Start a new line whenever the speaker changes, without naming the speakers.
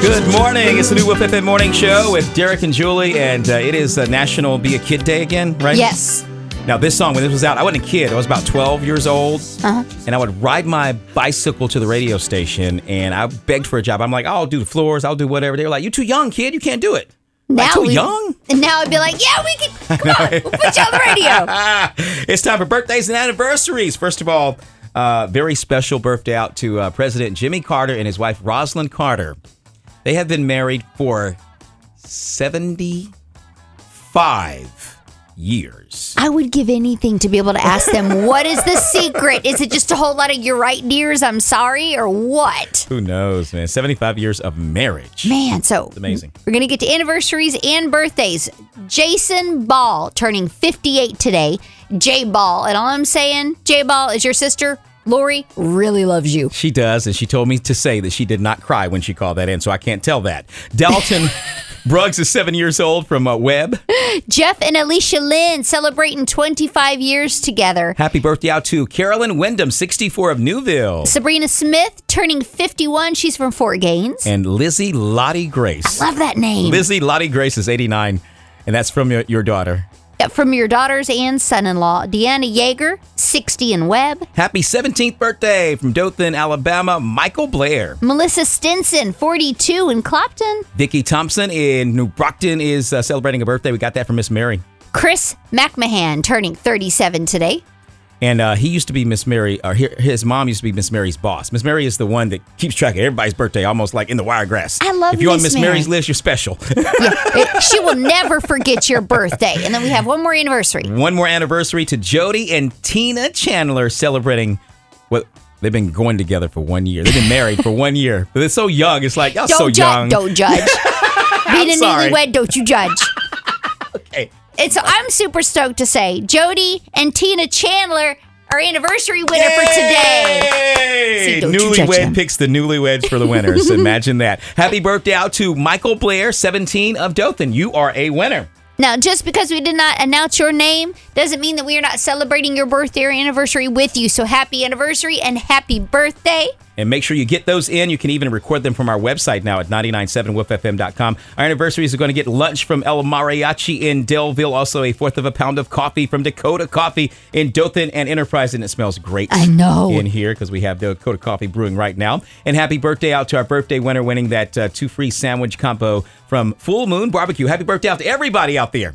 Good morning. It's the new Whip Whip Morning Show with Derek and Julie, and uh, it is uh, National Be a Kid Day again, right?
Yes.
Now, this song, when this was out, I wasn't a kid. I was about 12 years old,
Uh-huh.
and I would ride my bicycle to the radio station, and I begged for a job. I'm like, I'll do the floors, I'll do whatever. They were like, you're too young, kid. You can't do it.
Now
too young?
And now I'd be like, yeah, we can. Come on, we'll put you on the radio.
It's time for birthdays and anniversaries. First of all, uh, very special birthday out to uh, President Jimmy Carter and his wife Rosalind Carter. They have been married for 75 years.
I would give anything to be able to ask them, what is the secret? Is it just a whole lot of you're right, dears, I'm sorry, or what?
Who knows, man? 75 years of marriage.
Man, so
amazing.
We're gonna get to anniversaries and birthdays. Jason Ball turning 58 today. J Ball, and all I'm saying, J Ball is your sister. Lori really loves you.
She does, and she told me to say that she did not cry when she called that in, so I can't tell that. Dalton Bruggs is seven years old from uh, Webb.
Jeff and Alicia Lynn celebrating 25 years together.
Happy birthday out to Carolyn Wyndham, 64 of Newville.
Sabrina Smith turning 51. She's from Fort Gaines.
and Lizzie Lottie Grace.
Love that name.
Lizzie Lottie Grace is 89, and that's from your, your daughter.
From your daughters and son in law, Deanna Yeager, 60 and Webb.
Happy 17th birthday from Dothan, Alabama, Michael Blair.
Melissa Stinson, 42 in Clopton.
Vicki Thompson in New Brockton is uh, celebrating a birthday. We got that from Miss Mary.
Chris McMahon turning 37 today.
And uh, he used to be Miss Mary, or he- his mom used to be Miss Mary's boss. Miss Mary is the one that keeps track of everybody's birthday, almost like in the wiregrass.
I love
If you're on Miss
Miss Mary.
Mary's list, you're special.
Yeah, it- she will never forget your birthday. And then we have one more anniversary.
One more anniversary to Jody and Tina Chandler celebrating what they've been going together for one year. They've been married for one year. But they're so young. It's like, y'all
Don't
so
judge.
young.
Don't judge. Being a
sorry.
newlywed, don't you judge.
Okay.
And so I'm super stoked to say Jody and Tina Chandler are anniversary winner for today.
Yay!
See, don't you judge them.
Newlywed picks the newlyweds for the winners. Imagine that. Happy birthday out to Michael Blair, 17 of Dothan. You are a winner.
Now, just because we did not announce your name doesn't mean that we are not celebrating your birthday or anniversary with you. So happy anniversary and happy birthday.
And make sure you get those in. You can even record them from our website now at 997wolffm.com. Our anniversaries are going to get lunch from El Mariachi in Delville, also a fourth of a pound of coffee from Dakota Coffee in Dothan and Enterprise, and it smells great.
I know.
In here because we have Dakota Coffee brewing right now. And happy birthday out to our birthday winner winning that uh, two free sandwich combo from Full Moon Barbecue. Happy birthday out to everybody out there.